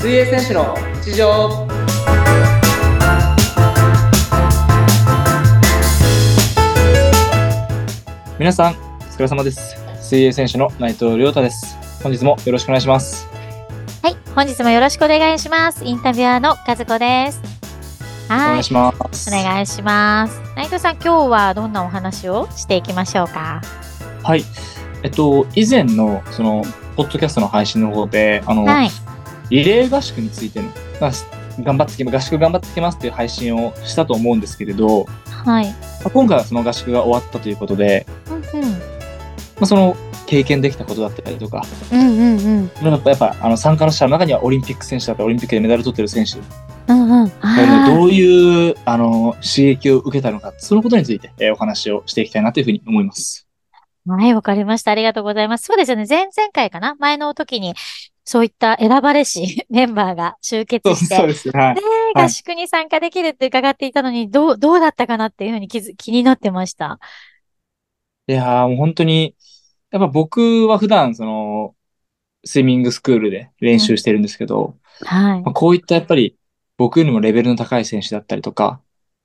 選手の日常皆さん、お疲れ様です。水泳選手の内藤亮太です。本日もよろしくお願いします。はい、本日もよろしくお願いします。インタビュアーの和子です。おは願いい、します。お願いします。内藤さん、今日はどんなお話をしていきましょうか。はい。えっと、以前の、その、ポッドキャストの配信の方で、あの、はい、リレー合宿についての、まあ頑張ってき合宿頑張ってきますっていう配信をしたと思うんですけれど、まはい、あ今回はその合宿が終わったということで、うまあ、その経験できたことだったりとか、んうん、うんうんうん、やっぱやっぱあの参加の者の中にはオリンピック選手だったりオリンピックでメダル取ってる選手うんうん、あのあどういうあの刺激を受けたのか、そのことについて、えーお話をしていきたいなというふうに思います。ーはい、わかりました。ありがとうございます。そうですよね、前々回かな、前の時に。そういった選ばれし メンバーが集結して、ねですね。はい。はい合宿に参加できるって伺っていたのに、どう、どうだったかなっていうふうに気づ気になってました。いやーもう本当に、やっぱ僕は普段その、スイミングスクールで練習してるんですけど、はいまあ、こういったやっぱり僕よりもレベルの高い選手だったりとか、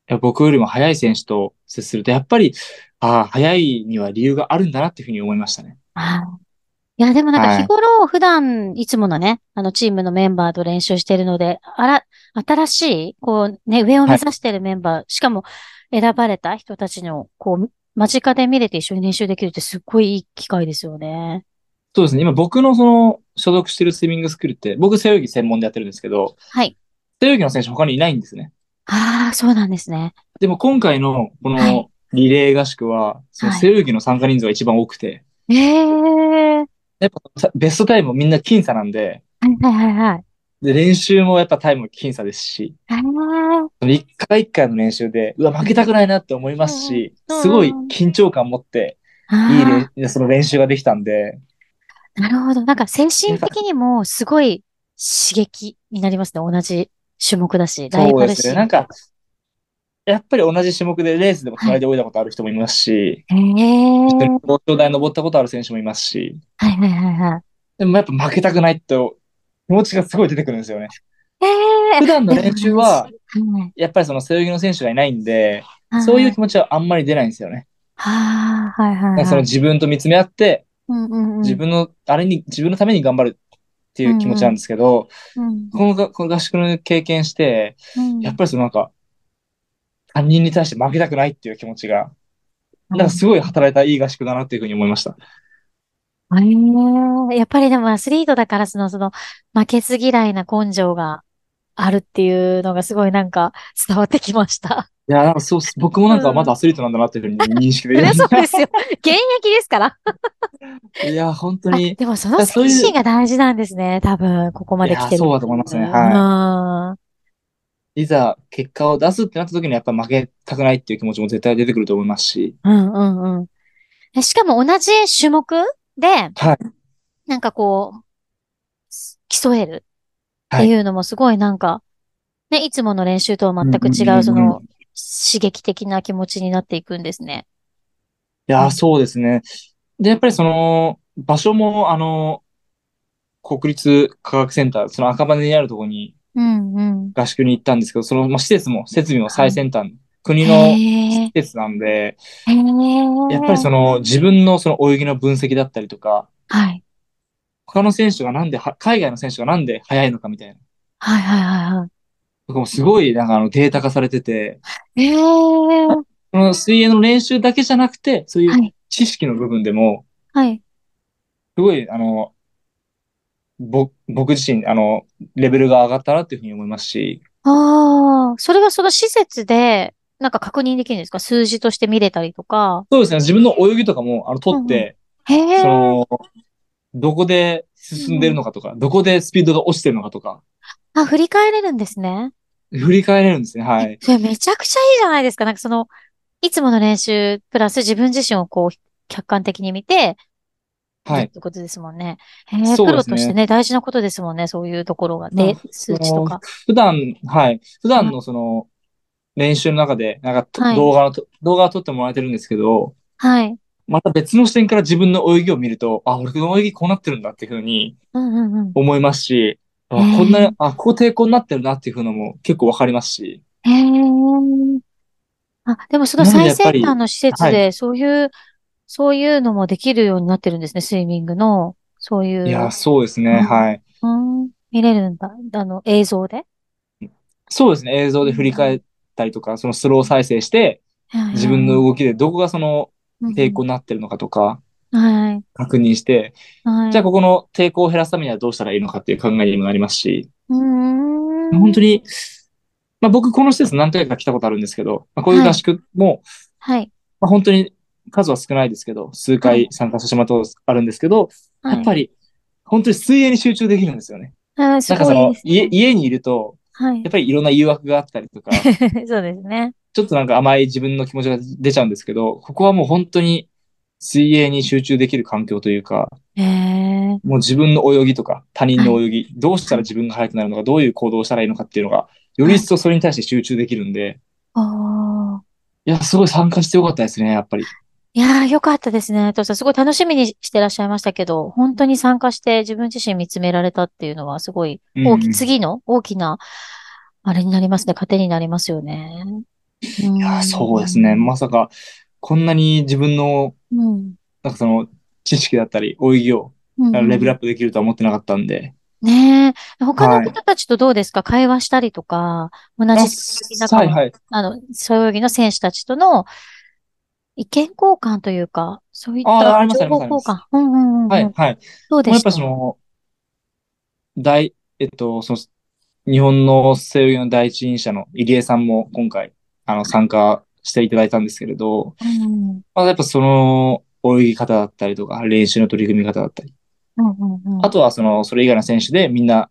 いや僕よりも速い選手と接すると、やっぱり、ああ、速いには理由があるんだなっていうふうに思いましたね。はい。いや、でもなんはかい日頃、普段、いつものね、あの、チームのメンバーと練習してるので、あら、新しい、こう、ね、上を目指してるメンバー、しかも、選ばれた人たちの、こう、間近で見れて一緒に練習できるってすっごいいい機会ですよね。そうですね。今僕のその所属してるスイミングスクールって、僕背泳ぎ専門でやってるんですけど、はい。背泳ぎの選手他にいないんですね。ああ、そうなんですね。でも今回のこはいのリレー合宿は、そのはい背泳ぎの参加人数が一番多くて、ええー。やっぱさベストタイムもみんな僅差なんで、はいはいはいはい。で、練習もやっぱタイムも僅差ですし、あーその一回一回の練習で、うわ、負けたくないなって思いますし、うんうんすごい緊張感持って、あいいー。練、その練習ができたんで、なるほど。なんか精神的にもすごい刺激になりますね。同じ種目だし、ライそうバでルす心ね。なんか、やっぱり同じ種目でレースでも隣で泳いだことある人もいますし、ええー。一緒に表彰台登ったことある選手もいますし、はいはいはいはい。でもやっぱ負けたくないと、気持ちがすごい出てくるんですよね。え普段の練習は、はやっぱりその背泳ぎの選手がいないんで、い、そういう気持ちはあんまり出ないんですよね。はあ、はいはい、なんかその自分と見つめ合って、うんうんうん、自分の、あれに、自分のために頑張るっていう気持ちなんですけど、うんこのが、この合宿の経験して、うん、やっぱりそのなんか、他人に対して負けたくないっていう気持ちが、うんなんかすごい働いたいい合宿だなっていうふうに思いました。へえやっぱりでもアスリートだからその、その、負けず嫌いな根性があるっていうのがすごいなんか伝わってきました。いや、なんかそうっす、僕もなんかうんまだアスリートなんだなっていうふうに認識できそりまゃ そうしですよ。現役ですから。た。いや、 本当あに。でもそのそういう精神が大事なんですね。多分、ここまで来ていやる。そうだと思いますねはいはいざ結果を出すってなった時にやっぱ負けたくないっていう気持ちも絶対出てくると思いますし。い。うんうんうんえ。しかも同じ種目で、はい。なんかこう、す競えるっはていいうのもすごいなんか、ね、いつもの練習とは全く違うんうんうんうう、んその、刺激的な気持ちになっていくんですね。いやー、そうですね。で、やっぱりその、場所も、あの、国立科学センター、その赤羽にあるところにうんうん。合宿に行ったんですけど、その、まあ、施設も、設備も最先端、へ国の施え。設なんで、へえ。やっぱりその、自分のその泳ぎの分析だったりとか、はい。他の選手がなんでは、海外の選手がなんで速いのかみたいな、はいはいはいはい。とかもすごい、なんかあの、データ化されてて、へえ。その水泳の練習だけじゃなくて、そういはうい。知識の部分でも、はい。すごい、あの、ぼ、僕自身、あの、レベルが上がったなっていうふうに思いますし、ああ、それはその施設で、なんか確認できるんですか数字として見れたりとか。そうですね、自分の泳ぎとかも、あの、取って、へえ。その、どこで進んでるのかとか、どこでスピードが落ちてるのかとか、あ、振り返れるんですね。振り返れるんですね、はい。それめちゃくちゃいいじゃないですか。なんかその、いつもの練習、プラス自分自身をこう、客観的に見て、はっい。てことですもんね。へえ、そうプでロすねとしてね、大事なことですもんね、そういうところが。まであ、数値とか。普段、はい。普段のその、練習の中で、なんかと、はい動画のと、動画を撮ってもらえてるんですけど、はい。また別の視点から自分の泳ぎを見ると、あ、俺の泳ぎこうなってるんだっていうふうにうんうんうん。思いますし、あ、へえこんな、あ、ここ抵抗になってるなっていうのも結構わかりますし、へえ。あ、でもそのなので最やっぱり先端の施設はで、そういう、そういうのもできるようになってるんですね、スイミングの。そういう。いや、そうですね、うんはい。うん、見れるんだ。あの、映像で。そうですね、映像で振り返ったりとか、そのスロー再生して、自分の動きでどこがその抵抗になってるのかとか、うん。はい。確認して、はい。じゃあここの抵抗を減らすためにはどうしたらいいのかっていう考えにもなりますし、うーん。本当に、まあ僕この施設何回か来たことあるんですけど、まあ、こういう合宿も、はい。まあ、本当に数は少ないですけど、数はい回参加してしまったことあるんですけど、はい。やっぱり本当に水泳に集中できるんですよね。あー、すなんかごそいのですね家家にいると、 はいやっ。ぱりいろんな誘惑があったりと か、そうですね。ちょっとなんか甘い自分の気持ちが出ちゃうんですけど、ここはもう本当に水泳に集中できる環境というか、へえ。もう自分の泳ぎとか他人の泳ぎ、どうしたら自分が速くなるのか、どういう行動をしたらいいのかっていうのが、より一層それに対して集中できるんで、ああ。いや、すごい参加してよかったですね、やっぱり。いやー、よかったですね。とさん、すごい楽しみにしてらっしゃいましたけど、本当に参加して自分自身見つめられたっていうのは、すごい大うき、ん次の大きな、あれになりますね。糧になりますよね。いいや、そうですね。まさか、こんなに自分の、うん。なんかその、知識だったり、泳ぎをうんあのレベルアップできるとは思ってなかったんで。ねえ。他のはい方たちとどうですか会話したりとか、同じ仲間はいはい。あの、背泳ぎの選手たちとの意見交換というか、そういっあーたあります情報交換。うんうんうん。はいうん。はい。どうでもうやしっぱたその、大、えっと、その、日本の背泳ぎの第一人者の入江さんも今回、あの、参加していただいたんですけれど、うんまあ、やっぱその、泳ぎ方だったりとか、練習の取り組み方だったり、うんうんうん。あとはその、それ以外の選手でみんな、うん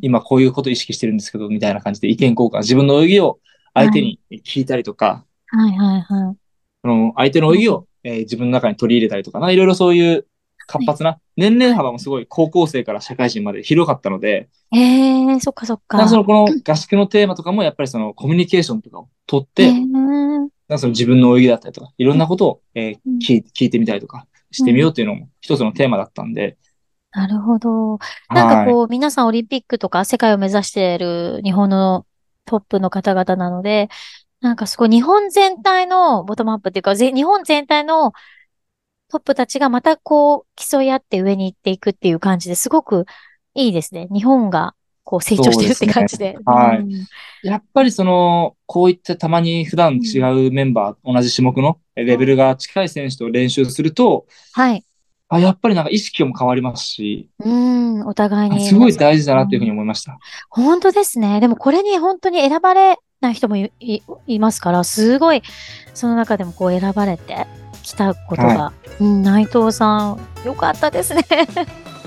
今こういうこと意識してるんですけど、みたいな感じで意見交換、自分の泳ぎを相手に聞いたりとか、はいはいはい。その相手の泳ぎを、えー自分の中に取り入れたりとかな、いろいろそういう活発な、年齢幅もすごい高校生から社会人まで広かったので、ええ、そっかそっなんか。かそのこの合宿のテーマとかもやっぱりそのコミュニケーションとかを取って、ええうんなんかその自分の泳ぎだったりとか、いろんなことを、えーうん聞い聞いてみたりとかしてみようっていうのも一つのテーマだったんで、なるほど。なんかはいこう、皆さんオリンピックとか世界を目指している日本のトップの方々なので、なんかすごい日本全体のボトムアップっていうか、ぜ日本全体のトップたちがまたこう競い合って上に行っていくっていう感じですごくいいですね。日本がこう成長してるって感じで。はいうんやっぱりその、こういったたまに普段違うメンバー、同じ種目のえーレベルが近い選手と練習すると、はい。あやっぱりなんか意識も変わりますし、うん、お互いあに。すごい大事だなっていうふうに思いました。本当ですね。でもこれに本当に選ばれない人もいいいますから、すごいその中でもこう選ばれてきたことが、うん、内藤さん、よかったですね。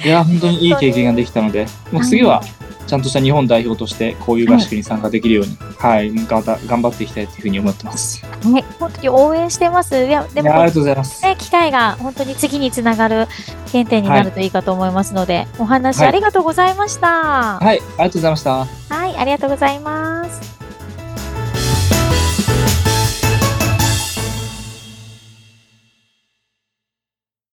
いや、本当にいい経験ができたので、もう次は、ちゃんとした日本代表として、こういう合宿に参加できるように、はい、また頑張っていきたいというふうに思ってます。ね、本当に応援してます。いや、でいやありが、ともうございます。ね、機会が本当に次につながる原点になるといいかと思いますので、お話はいありがとうございました。ははい、ありがとうございました。い、ありがとうございます。